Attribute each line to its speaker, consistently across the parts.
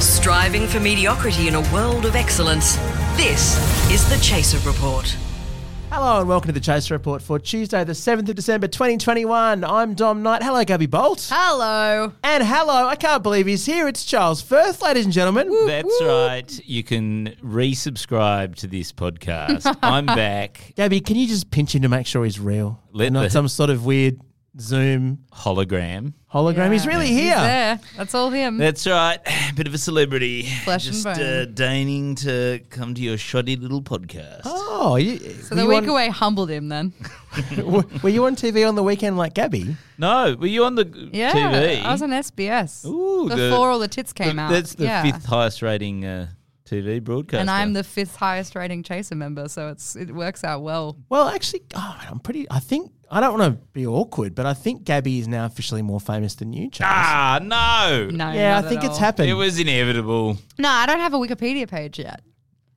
Speaker 1: striving for mediocrity in a world of excellence. This is the Chaser Report.
Speaker 2: Hello and welcome to the Chase Report for Tuesday, the 7th of December 2021. I'm Dom Knight. Hello, Gabby Bolt.
Speaker 3: Hello.
Speaker 2: And hello, I can't believe he's here. It's Charles Firth, ladies and gentlemen.
Speaker 4: That's right. You can resubscribe to this podcast. I'm back.
Speaker 2: Gabby, can you just pinch him to make sure he's real?
Speaker 4: Let
Speaker 2: Not
Speaker 4: the-
Speaker 2: some sort of weird Zoom
Speaker 4: Hologram.
Speaker 2: hologram. He's
Speaker 3: Yeah.
Speaker 2: really
Speaker 3: He's
Speaker 2: here.
Speaker 3: there. That's all him.
Speaker 4: That's right. Bit of a celebrity.
Speaker 3: Flesh and
Speaker 4: Just Uh,
Speaker 3: bone.
Speaker 4: deigning to come to your shoddy little podcast.
Speaker 2: Oh, you,
Speaker 3: so the
Speaker 2: were,
Speaker 3: week
Speaker 2: you
Speaker 3: away humbled him then.
Speaker 2: on, were you on TV on the weekend like Gabby?
Speaker 4: No, were you on the
Speaker 3: Yeah.
Speaker 4: TV?
Speaker 3: I was on SBS.
Speaker 4: Ooh, the-
Speaker 3: before all the tits came out.
Speaker 4: That's the
Speaker 3: yeah.
Speaker 4: fifth highest rating uh, TV broadcaster.
Speaker 3: And I'm the fifth highest rating chaser member, so it's it works out well.
Speaker 2: Well, actually, oh, I'm pretty. I think I don't want to be awkward, but I think Gabby is now officially more famous than you, Charles.
Speaker 4: ah no.
Speaker 3: No.
Speaker 2: yeah, I
Speaker 3: not at
Speaker 2: think it's
Speaker 3: all.
Speaker 2: happened.
Speaker 4: It was inevitable.
Speaker 3: No, I don't have a Wikipedia page yet.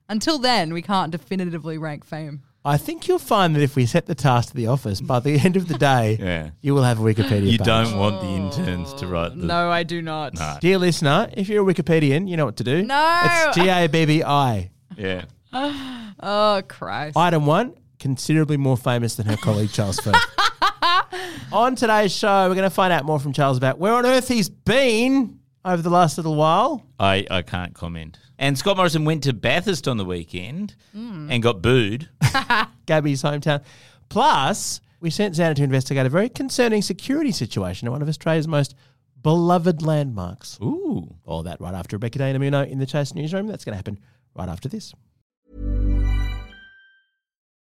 Speaker 3: Until then, we can't definitively rank fame.
Speaker 2: I think you'll find that if we set the task to the office, by the end of the day,
Speaker 4: Yeah.
Speaker 2: you will have a Wikipedia.
Speaker 4: You
Speaker 2: page.
Speaker 4: don't want the interns to write the
Speaker 3: No, I do not.
Speaker 2: Dear listener, if you're a Wikipedian, you know what to do.
Speaker 3: No.
Speaker 2: It's G A B B I.
Speaker 4: Yeah.
Speaker 3: Oh Christ.
Speaker 2: Item one, considerably more famous than her colleague Charles Firth. on today's show, we're going to find out more from Charles about where on earth he's been over the last little while.
Speaker 4: I, I can't comment. And Scott Morrison went to Bathurst on the weekend
Speaker 3: Hmm.
Speaker 4: and got booed.
Speaker 2: Gabby's hometown. Plus, we sent Xana to investigate a very concerning security situation at one of Australia's most beloved landmarks.
Speaker 4: Ooh.
Speaker 2: All that right after Rebecca Dana Muno in the Chase newsroom. That's going to happen right after this.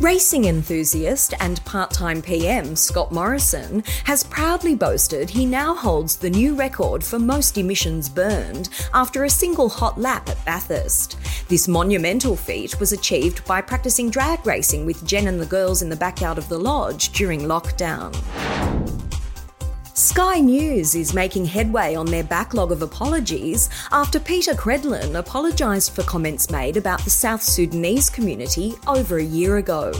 Speaker 5: Racing enthusiast and part time PM Scott Morrison has proudly boasted he now holds the new record for most emissions burned after a single hot lap at Bathurst. This monumental feat was achieved by practicing drag racing with Jen and the girls in the backyard of the lodge during lockdown. Sky News is making headway on their backlog of apologies after Peter Credlin apologised for comments made about the South Sudanese community over a year ago.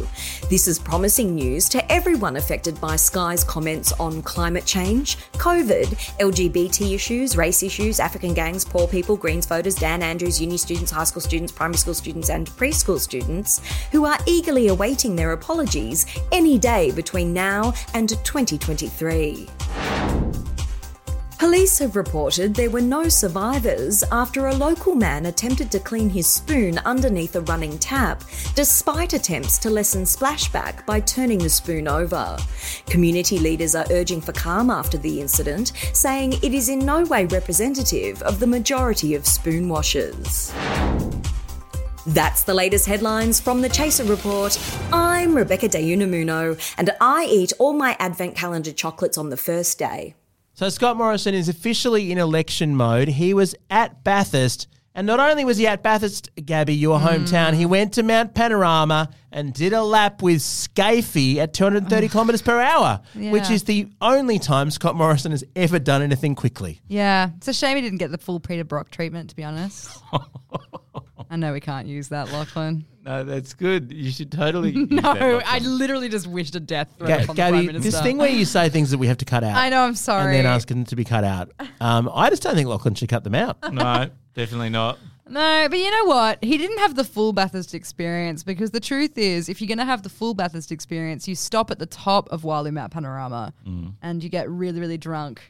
Speaker 5: This is promising news to everyone affected by Sky's comments on climate change, COVID, LGBT issues, race issues, African gangs, poor people, Greens voters, Dan Andrews, uni students, high school students, primary school students, and preschool students who are eagerly awaiting their apologies any day between now and 2023. Police have reported there were no survivors after a local man attempted to clean his spoon underneath a running tap, despite attempts to lessen splashback by turning the spoon over. Community leaders are urging for calm after the incident, saying it is in no way representative of the majority of spoon washers. That's the latest headlines from the Chaser Report. I'm Rebecca De Unamuno, and I eat all my Advent calendar chocolates on the first day.
Speaker 2: So Scott Morrison is officially in election mode. He was at Bathurst, and not only was he at Bathurst, Gabby, your
Speaker 3: Mm.
Speaker 2: hometown, he went to Mount Panorama and did a lap with Scafey at 230 kilometres per hour, which
Speaker 3: Yeah.
Speaker 2: is the only time Scott Morrison has ever done anything quickly.
Speaker 3: Yeah, it's a shame he didn't get the full Peter Brock treatment, to be honest. I know we can't use that, Lachlan.
Speaker 4: No, that's good. You should totally.
Speaker 3: No, I literally just wished a death threat
Speaker 2: Ga-
Speaker 3: upon the
Speaker 2: Gabby,
Speaker 3: Prime
Speaker 2: this
Speaker 3: Minister.
Speaker 2: thing where you say things that we have to cut out.
Speaker 3: I know, I'm sorry.
Speaker 2: And then ask them to be cut out. Um, I just don't think Lachlan should cut them out.
Speaker 4: No, definitely not.
Speaker 3: no, but you know what? He didn't have the full Bathurst experience because the truth is, if you're going to have the full Bathurst experience, you stop at the top of Walu Mount Panorama
Speaker 2: Mm.
Speaker 3: and you get really, really drunk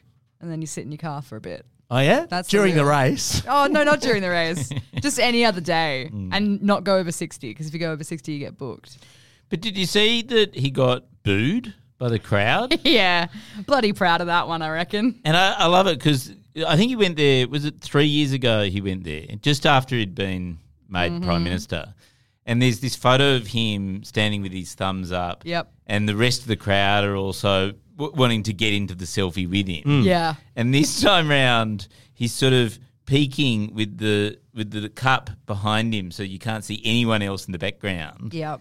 Speaker 3: and then you sit in your car for a bit.
Speaker 2: Oh, yeah?
Speaker 3: That's the
Speaker 2: During the
Speaker 3: real-
Speaker 2: race.
Speaker 3: Oh, no, not during the race. just any other day
Speaker 2: Mm.
Speaker 3: and not go over 60 because if you go over 60, you get booked.
Speaker 4: But did you see that he got booed by the crowd?
Speaker 3: yeah, bloody proud of that one, I reckon.
Speaker 4: and I, I love it because I think he went there. Was it three years ago? He went there just after he'd been made
Speaker 3: Mm-hmm.
Speaker 4: prime minister. And there's this photo of him standing with his thumbs up.
Speaker 3: Yep.
Speaker 4: And the rest of the crowd are also w- wanting to get into the selfie with him.
Speaker 2: Hmm.
Speaker 3: Yeah.
Speaker 4: And this time round, he's sort of peeking with the with the cup behind him, so you can't see anyone else in the background.
Speaker 3: Yep.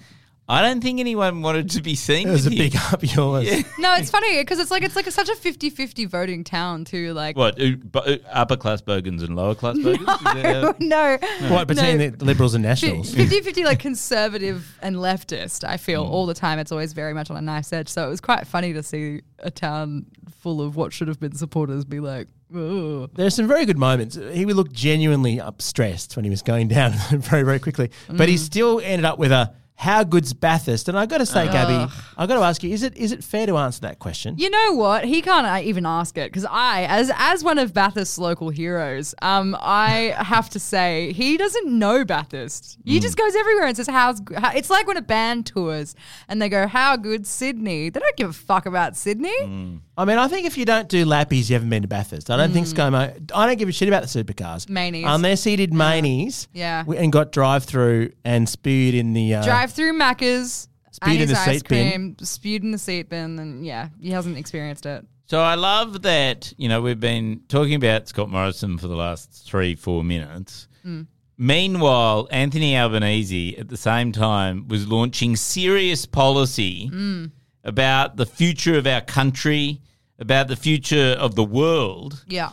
Speaker 4: I don't think anyone wanted to be seen.
Speaker 2: It was a
Speaker 4: with him.
Speaker 2: big up yours.
Speaker 3: No, it's funny because it's like it's like such a 50-50 voting town too. Like
Speaker 4: What uh, bu- uh, upper class bogans and lower class bogans? Is that how-
Speaker 3: no,
Speaker 2: What between
Speaker 3: No.
Speaker 2: the Liberals and
Speaker 3: Fi-
Speaker 2: Nationals?
Speaker 3: 50-50 like conservative and leftist i feel all the time it's always very much on a knife's edge so it was quite funny to see a town full of what should have been supporters be like Ooh.
Speaker 2: There are some very good moments. He would look genuinely up stressed when he was going down very, very quickly. But
Speaker 3: Mm.
Speaker 2: he still ended up with a how good's Bathurst? And I got to say, Gabby, I got to ask you: is it is it fair to answer that question?
Speaker 3: you know what he can't uh, even ask it because i as as one of bathurst's local heroes um i have to say he doesn't know bathurst he just goes everywhere and says how's g- how, it's like when a band tours and they go how good sydney they don't give a fuck about sydney
Speaker 2: I mean, I think if you don't do lappies, you haven't been to Bathurst. I don't think
Speaker 3: Mm.
Speaker 2: ScoMo. I don't give a shit about the supercars.
Speaker 3: Manies.
Speaker 2: Unless he did Manies
Speaker 3: Yeah.
Speaker 2: w- and got drive through and spewed in the. Uh,
Speaker 3: drive through Macca's,
Speaker 2: Spewed in
Speaker 3: Annie's
Speaker 2: the
Speaker 3: ice
Speaker 2: seat bin.
Speaker 3: cream, spewed in the seat bin, and yeah, he hasn't experienced it.
Speaker 4: so I love that you know we've been talking about Scott Morrison for the last three four minutes. Meanwhile, Anthony Albanese at the same time was launching serious policy about the future of our country, about the future of the world,
Speaker 3: Yeah.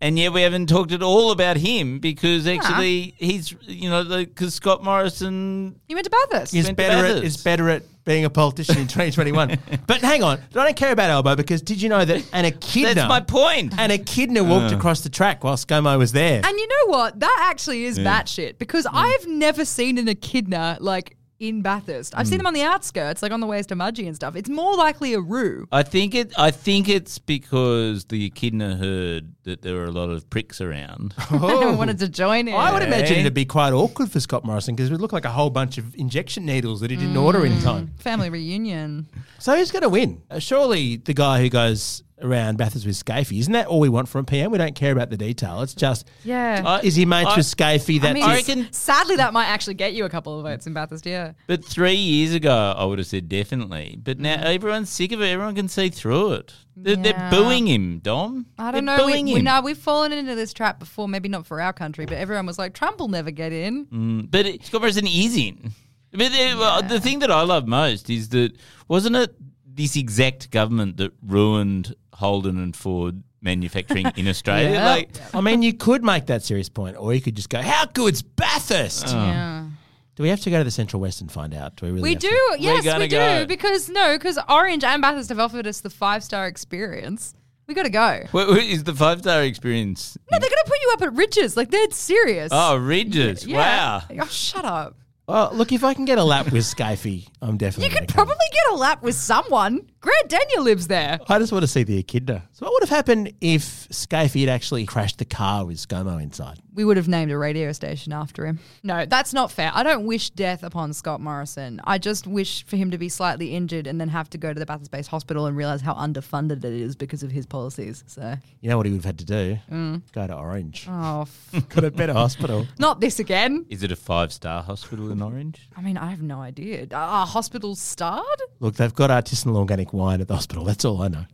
Speaker 4: and yet we haven't talked at all about him because actually he's you know because Scott Morrison
Speaker 3: He went to Bathurst.
Speaker 2: Is
Speaker 4: Went to
Speaker 2: better, at,
Speaker 4: Bathurst.
Speaker 2: is better at being a politician in 2021. but hang on, I don't care about Elbow because did you know that an echidna.
Speaker 4: that's my point.
Speaker 2: An echidna walked across the track while ScoMo was there.
Speaker 3: and you know what? That actually is batshit
Speaker 2: Mm.
Speaker 3: because I've never seen an echidna like in Bathurst.
Speaker 2: Mm.
Speaker 3: I've seen them on the outskirts, like on the ways to Mudgee and stuff. It's more likely a roo.
Speaker 4: I think it. I think it's because the echidna heard that there were a lot of pricks around.
Speaker 3: I wanted to join in.
Speaker 2: Oh. I would imagine
Speaker 4: Yeah.
Speaker 2: it'd be quite awkward for Scott Morrison because it would look like a whole bunch of injection needles that he didn't order in time.
Speaker 3: Family reunion.
Speaker 2: So who's going to win? Uh, Surely the guy who goes around Bathurst with Scafie. Isn't that all we want from a PM? We don't care about the detail. It's just, uh,
Speaker 3: Yeah.
Speaker 4: I-
Speaker 2: is he mates
Speaker 4: I-
Speaker 2: with Scafie? That's
Speaker 3: I mean,
Speaker 2: his-
Speaker 4: I reckon-
Speaker 3: sadly, that might actually get you a couple of votes in Bathurst. Yeah.
Speaker 4: but three years ago, I would have said definitely. But now everyone's sick of it. Everyone can see through it. They're,
Speaker 3: Yeah.
Speaker 4: they're booing him, Dom.
Speaker 3: I don't
Speaker 4: they're
Speaker 3: know. We,
Speaker 4: Booing
Speaker 3: we,
Speaker 4: him.
Speaker 3: no, we've fallen into this trap before. Maybe not for our country, but everyone was like, Trump will never get in.
Speaker 4: But it, Scott Morrison is in. But the, well, the thing that I love most is that wasn't it this exact government that ruined Holden and Ford manufacturing in Australia?
Speaker 3: Yeah.
Speaker 4: Like,
Speaker 2: I mean, you could make that serious point, or you could just go, how good's Bathurst?
Speaker 3: Yeah.
Speaker 2: Do we have to go to the Central West and find out? Do we really
Speaker 3: We
Speaker 2: have to?
Speaker 3: do, yes,
Speaker 4: gotta
Speaker 3: we do.
Speaker 4: go.
Speaker 3: Because no, because Orange and Bathurst have offered us the five star experience. We gotta go.
Speaker 4: wh- wh- is the five star experience?
Speaker 3: No, they're gonna put you up at Ridges. Like they're serious.
Speaker 4: Oh, Ridges! Wow.
Speaker 3: Like, Oh, shut up.
Speaker 2: Well, look, if I can get a lap with Scafie, I'm
Speaker 3: You
Speaker 2: definitely.
Speaker 3: could
Speaker 2: gonna come.
Speaker 3: probably get a lap with someone. Grant Daniel lives there.
Speaker 2: I just want to see the echidna. So, what would have happened if Scafie had actually crashed the car with ScoMo inside?
Speaker 3: We would have named a radio station after him. No, that's not fair. I don't wish death upon Scott Morrison. I just wish for him to be slightly injured and then have to go to the Bathurst Base Hospital and realize how underfunded it is because of his policies. So,
Speaker 2: You know what he would have had to do? Go to Orange.
Speaker 3: Mm. oh, f-
Speaker 2: Got a better hospital.
Speaker 3: not this again.
Speaker 4: Is it a five star hospital in Orange?
Speaker 3: I mean, I have no idea. Are- Are hospitals starred?
Speaker 2: Look, they've got artisanal organic wine at the hospital. That's all I know.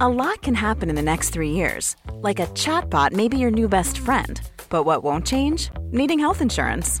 Speaker 6: A lot can happen in the next three years. Like a chatbot may be your new best friend. But what won't change? Needing health insurance.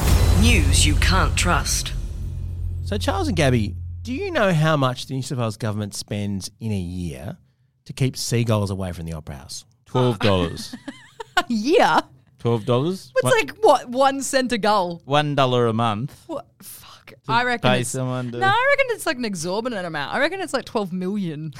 Speaker 1: News you can't trust.
Speaker 2: So, Charles and Gabby, do you know how much the New South Wales government spends in a year to keep seagulls away from the Opera House?
Speaker 4: Twelve dollars.
Speaker 3: yeah.
Speaker 4: Twelve dollars.
Speaker 3: It's like, what, one cent a gull?
Speaker 4: One dollar a month.
Speaker 3: What? Fuck. like I reckon
Speaker 4: pay
Speaker 3: it's,
Speaker 4: someone to-
Speaker 3: No, I reckon it's like an exorbitant amount. I reckon it's like twelve million.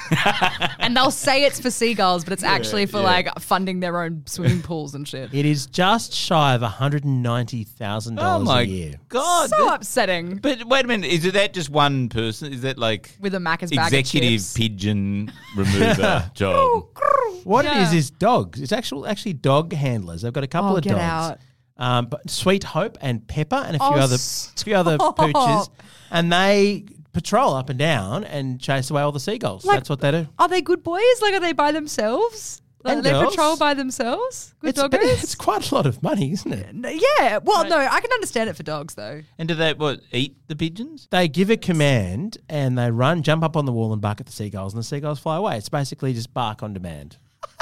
Speaker 3: and they'll say it's for seagulls, but it's actually for like funding their own swimming pools and shit.
Speaker 2: It is just shy of $190,000
Speaker 4: Oh my
Speaker 2: a year.
Speaker 4: god!
Speaker 3: so
Speaker 4: that-
Speaker 3: upsetting.
Speaker 4: but wait a minute, is it that just one person? Is that like
Speaker 3: With a Macca's bag of
Speaker 4: executive
Speaker 3: chips. Oh,
Speaker 4: pigeon remover job?
Speaker 2: What
Speaker 3: Yeah.
Speaker 2: it is is dogs. It's actual actually dog handlers. They've got a couple
Speaker 3: Oh,
Speaker 2: of
Speaker 3: get
Speaker 2: dogs.
Speaker 3: out.
Speaker 2: Um, but Sweet Hope and Pepper and a few
Speaker 3: Oh,
Speaker 2: other few other
Speaker 3: stop.
Speaker 2: pooches, and they patrol up and down and chase away all the seagulls.
Speaker 3: Like-
Speaker 2: That's what they do.
Speaker 3: Are they good boys? Like are they by themselves? Like,
Speaker 2: And
Speaker 3: are they
Speaker 2: girls.
Speaker 3: patrol by themselves? Good
Speaker 2: It's,
Speaker 3: doggos?
Speaker 2: but it's quite a lot of money, isn't it?
Speaker 3: No, yeah. Well, no, I can understand it for dogs though.
Speaker 4: And do they what eat the pigeons?
Speaker 2: They give a command and they run, jump up on the wall and bark at the seagulls, and the seagulls fly away. It's basically just bark on demand.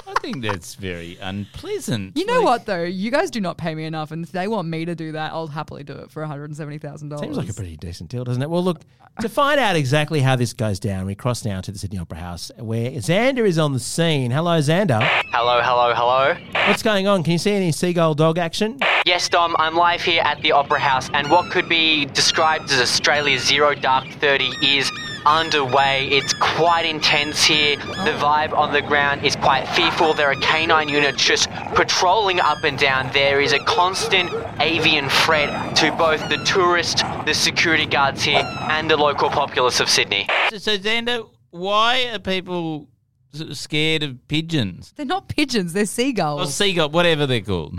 Speaker 4: I think that's very unpleasant.
Speaker 3: You know
Speaker 4: Like,
Speaker 3: what though? You guys do not pay me enough, and if they want me to do that, I'll happily do it for one hundred and seventy thousand dollars.
Speaker 2: Seems like a pretty decent deal, doesn't it? Well, look, to find out exactly how this goes down, we cross now to the Sydney Opera House where Xander is on the scene. Hello, Xander.
Speaker 7: Hello, hello, hello.
Speaker 2: What's going on? Can you see any seagull dog action?
Speaker 7: Yes, Dom, I'm live here at the Opera House, and what could be described as Australia's Zero Dark 30 is underway. It's quite intense here. The vibe on the ground is quite fearful. There are canine units just patrolling up and down. There is a constant avian threat to both the tourists, the security guards here, and the local populace of Sydney.
Speaker 4: So, so Xander, why are people sort of scared of pigeons
Speaker 3: They're not pigeons, they're
Speaker 4: or
Speaker 2: Oh,
Speaker 3: seagulls.
Speaker 4: seagull, whatever they're called?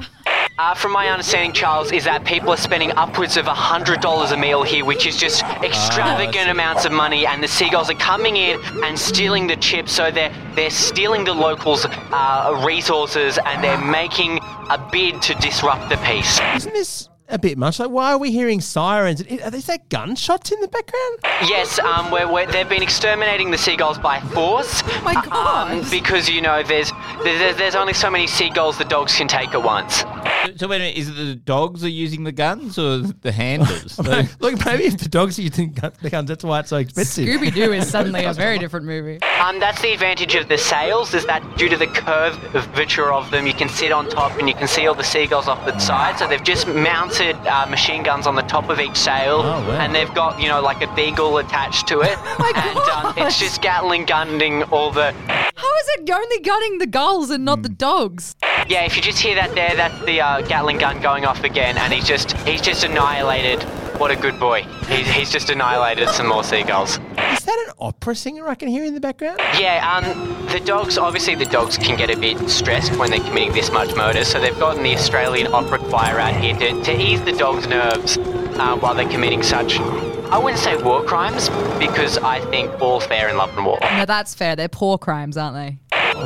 Speaker 7: Uh, from my understanding, Charles, is that people are spending upwards of $100 a meal here, which is just
Speaker 4: Ah, I
Speaker 7: extravagant
Speaker 4: see.
Speaker 7: amounts of money, and the seagulls are coming in and stealing the chips, so they're, they're stealing the locals' uh, resources, and they're making a bid to disrupt the peace.
Speaker 2: Isn't this a bit much? Like, why are we hearing sirens? Is, is there gunshots in the background?
Speaker 7: Yes, um, we're, we're, they've been exterminating the seagulls by force. Oh
Speaker 3: my God.
Speaker 7: because, you know, there's, there's, there's only so many seagulls the dogs can take at once.
Speaker 4: So, so wait a minute, is it the dogs are using the guns or the handlers? Like,
Speaker 2: Look, maybe if the dogs are using gun- the guns, that's why it's so expensive.
Speaker 3: Scooby Doo is suddenly a very different movie.
Speaker 7: Um, that's the advantage of the sails, is that due to the curve of viture of them, you can sit on top and you can see all the seagulls off the side. So they've just mounted uh, machine guns on the top of each sail,
Speaker 4: Oh, wow. Oh
Speaker 7: and they've got you know like a beagle attached to it, and um, it's just Gatling gunning all the.
Speaker 3: How is it only gunning the gulls and not the
Speaker 2: Hmm.
Speaker 3: dogs?
Speaker 7: Yeah, if you just hear that there, that's the uh, Gatling gun going off again, and he's just he's just annihilated. What a good boy. He's, he's just annihilated some more seagulls.
Speaker 2: Is that an opera singer I can hear in the background?
Speaker 7: Yeah, um, the dogs, obviously the dogs can get a bit stressed when they're committing this much murder, so they've gotten the Australian Opera Choir out here to, to ease the dogs' nerves uh, while they're committing such, I wouldn't say war crimes, because I think all fair in love and war.
Speaker 3: No, that's fair. They're poor crimes, aren't they?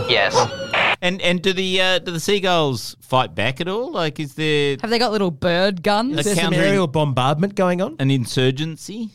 Speaker 7: Yes.
Speaker 4: and and do the uh, do the seagulls fight back at all? Like, is there
Speaker 3: Have they got little bird guns?
Speaker 2: Is there some
Speaker 4: countering-
Speaker 2: aerial bombardment going on?
Speaker 4: an insurgency?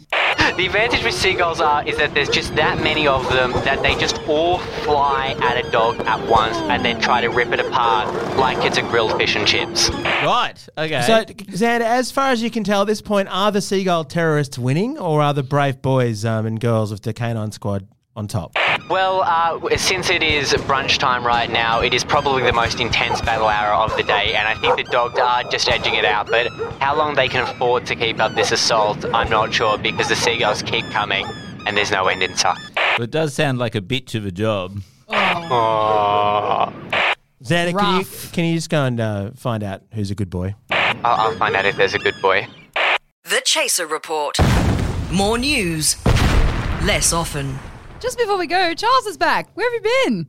Speaker 7: The advantage with seagulls are is that there's just that many of them that they just all fly at a dog at once and then try to rip it apart like it's a grilled fish and chips.
Speaker 4: Right. Okay.
Speaker 2: So, Xander, as far as you can tell at this point, are the seagull terrorists winning or are the brave boys um, and girls of the canine squad on top?
Speaker 7: Well, uh, since it is brunch time right now, it is probably the most intense battle hour of the day, and I think the dogs are just edging it out. But how long they can afford to keep up this assault, I'm not sure because the seagulls keep coming, and there's no end in sight.
Speaker 4: Well, it does sound like a bitch of a job.
Speaker 7: Oh,
Speaker 2: Xander, can you,
Speaker 3: Rough.
Speaker 2: can you just go and uh, find out who's a good boy?
Speaker 7: I'll, I'll find out if there's a good boy.
Speaker 1: The Chaser Report. More news, less often.
Speaker 3: Just before we go, Charles is back. Where have you been?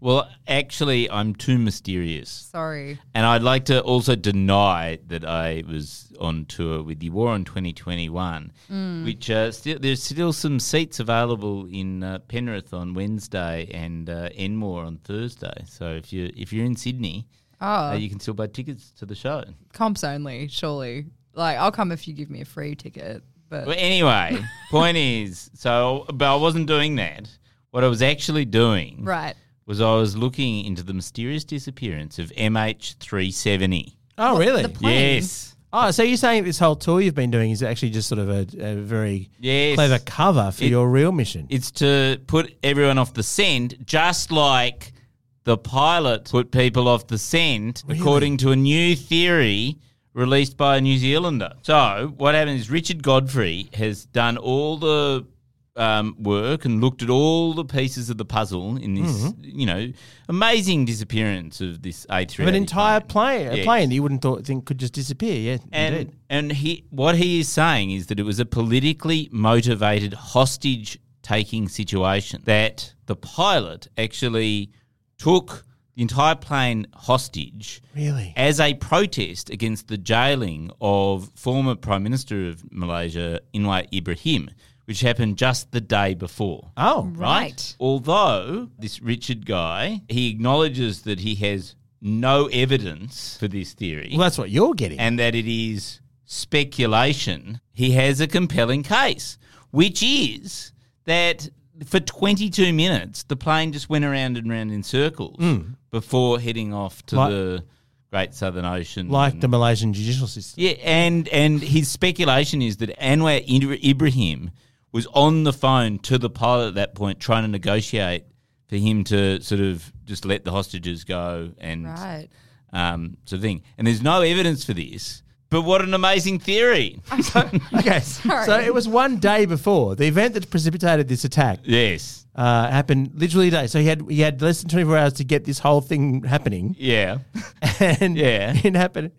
Speaker 4: Well, actually, I'm too mysterious.
Speaker 3: Sorry.
Speaker 4: And I'd like to also deny that I was on tour with the War on 2021, which uh, still, there's still some seats available in uh, Penrith on Wednesday and uh, Enmore on Thursday. So if you if you're in Sydney, uh, you can still buy tickets to the show.
Speaker 3: Comps only, surely. Like, I'll come if you give me a free ticket. But
Speaker 4: But anyway, point is, so but I wasn't doing that. What I was actually doing
Speaker 3: right.
Speaker 4: was I was looking into the mysterious disappearance of MH370.
Speaker 2: Oh, really?
Speaker 3: plane?
Speaker 4: Yes.
Speaker 2: Oh, so you're saying this whole tour you've been doing is actually just sort of a, a very
Speaker 4: Yes.
Speaker 2: clever cover for
Speaker 4: It-
Speaker 2: your real mission?
Speaker 4: It's to put everyone off the scent, just like the pilot put people off the scent, according to a new theory released by a New Zealander. So what happened is Richard Godfrey has done all the um, work and looked at all the pieces of the puzzle in this, you know, amazing disappearance of this A3.
Speaker 2: Mm-hmm. Of an entire plane, a
Speaker 4: Yes.
Speaker 2: plane that you wouldn't thought, think could just disappear. Yeah,
Speaker 4: And
Speaker 2: indeed.
Speaker 4: and he what he is saying is that it was a politically motivated hostage taking situation that the pilot actually took the entire plane hostage
Speaker 2: Really?
Speaker 4: as a protest against the jailing of former Prime Minister of Malaysia Inwar Ibrahim, which happened just the day before.
Speaker 2: Oh,
Speaker 3: Right.
Speaker 4: Although this Richard guy, he acknowledges that he has no evidence for this theory
Speaker 2: well, that's what you're getting.
Speaker 4: and that it is speculation, he has a compelling case, which is that for 22 minutes, the plane just went around and round in circles before heading off to
Speaker 2: Hmm. Like-
Speaker 4: the Great Southern Ocean.
Speaker 2: like
Speaker 4: and-
Speaker 2: the Malaysian judicial system.
Speaker 4: yeah, and and his speculation is that Anwar Ibra- Ibrahim was on the phone to the pilot at that point, trying to negotiate for him to sort of just let the hostages go and
Speaker 3: Right.
Speaker 4: um, sort of thing. And there's no evidence for this, but what an amazing theory!
Speaker 2: Okay, so
Speaker 3: Sorry.
Speaker 2: it was one day before the event that precipitated this attack
Speaker 4: yes,
Speaker 2: uh, happened literally a day. So he had he had less than 24 hours to get this whole thing happening,
Speaker 4: yeah,
Speaker 2: and
Speaker 4: Yeah.
Speaker 2: it happened.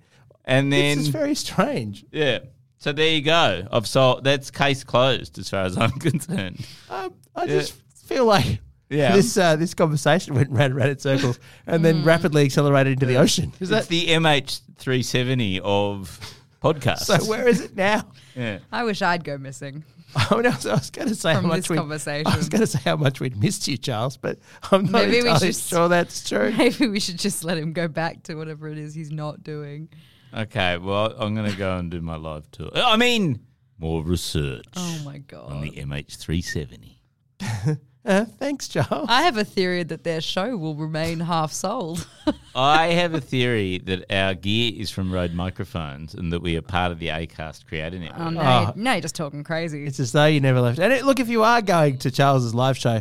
Speaker 4: and
Speaker 2: This
Speaker 4: then
Speaker 2: is very strange.
Speaker 4: yeah. So there you go. I've solved. That's case closed as far as I'm concerned.
Speaker 2: Um, I just feel like
Speaker 4: Yeah.
Speaker 2: this uh, this conversation went round and round in circles, and then
Speaker 3: Hmm.
Speaker 2: rapidly accelerated into the ocean. Is
Speaker 4: That's
Speaker 2: that
Speaker 4: the MH370 of podcasts.
Speaker 2: so? Where is it now?
Speaker 4: yeah.
Speaker 3: I wish I'd go missing.
Speaker 2: I, mean, I was, I was going to say
Speaker 3: From
Speaker 2: how much
Speaker 3: this
Speaker 2: we,
Speaker 3: conversation.
Speaker 2: I was going to say how much we'd missed you, Charles, but I'm not
Speaker 3: Maybe we
Speaker 2: entirely
Speaker 3: should-
Speaker 2: sure that's true.
Speaker 3: Maybe we should just let him go back to whatever it is he's not doing.
Speaker 4: Okay, well, I'm going to go and do my live tour. I mean, more research
Speaker 3: Oh my
Speaker 4: on the
Speaker 3: god.
Speaker 4: MH370.
Speaker 2: Uh, thanks, Charles.
Speaker 3: I have a theory that their show will remain half sold.
Speaker 4: I have a theory that our gear is from Rode microphones and that we are part of the ACAST creator network.
Speaker 3: Oh, no, you're, now you're just talking crazy.
Speaker 2: It's as though you never left. And it, look, if you are going to Charles's live show,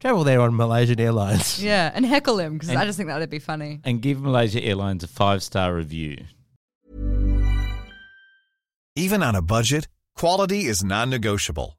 Speaker 2: travel there on Malaysian Airlines.
Speaker 3: yeah, and heckle him because I just think that would be funny.
Speaker 4: and give Malaysia Airlines a five star review.
Speaker 8: Even on a budget, quality is non-negotiable.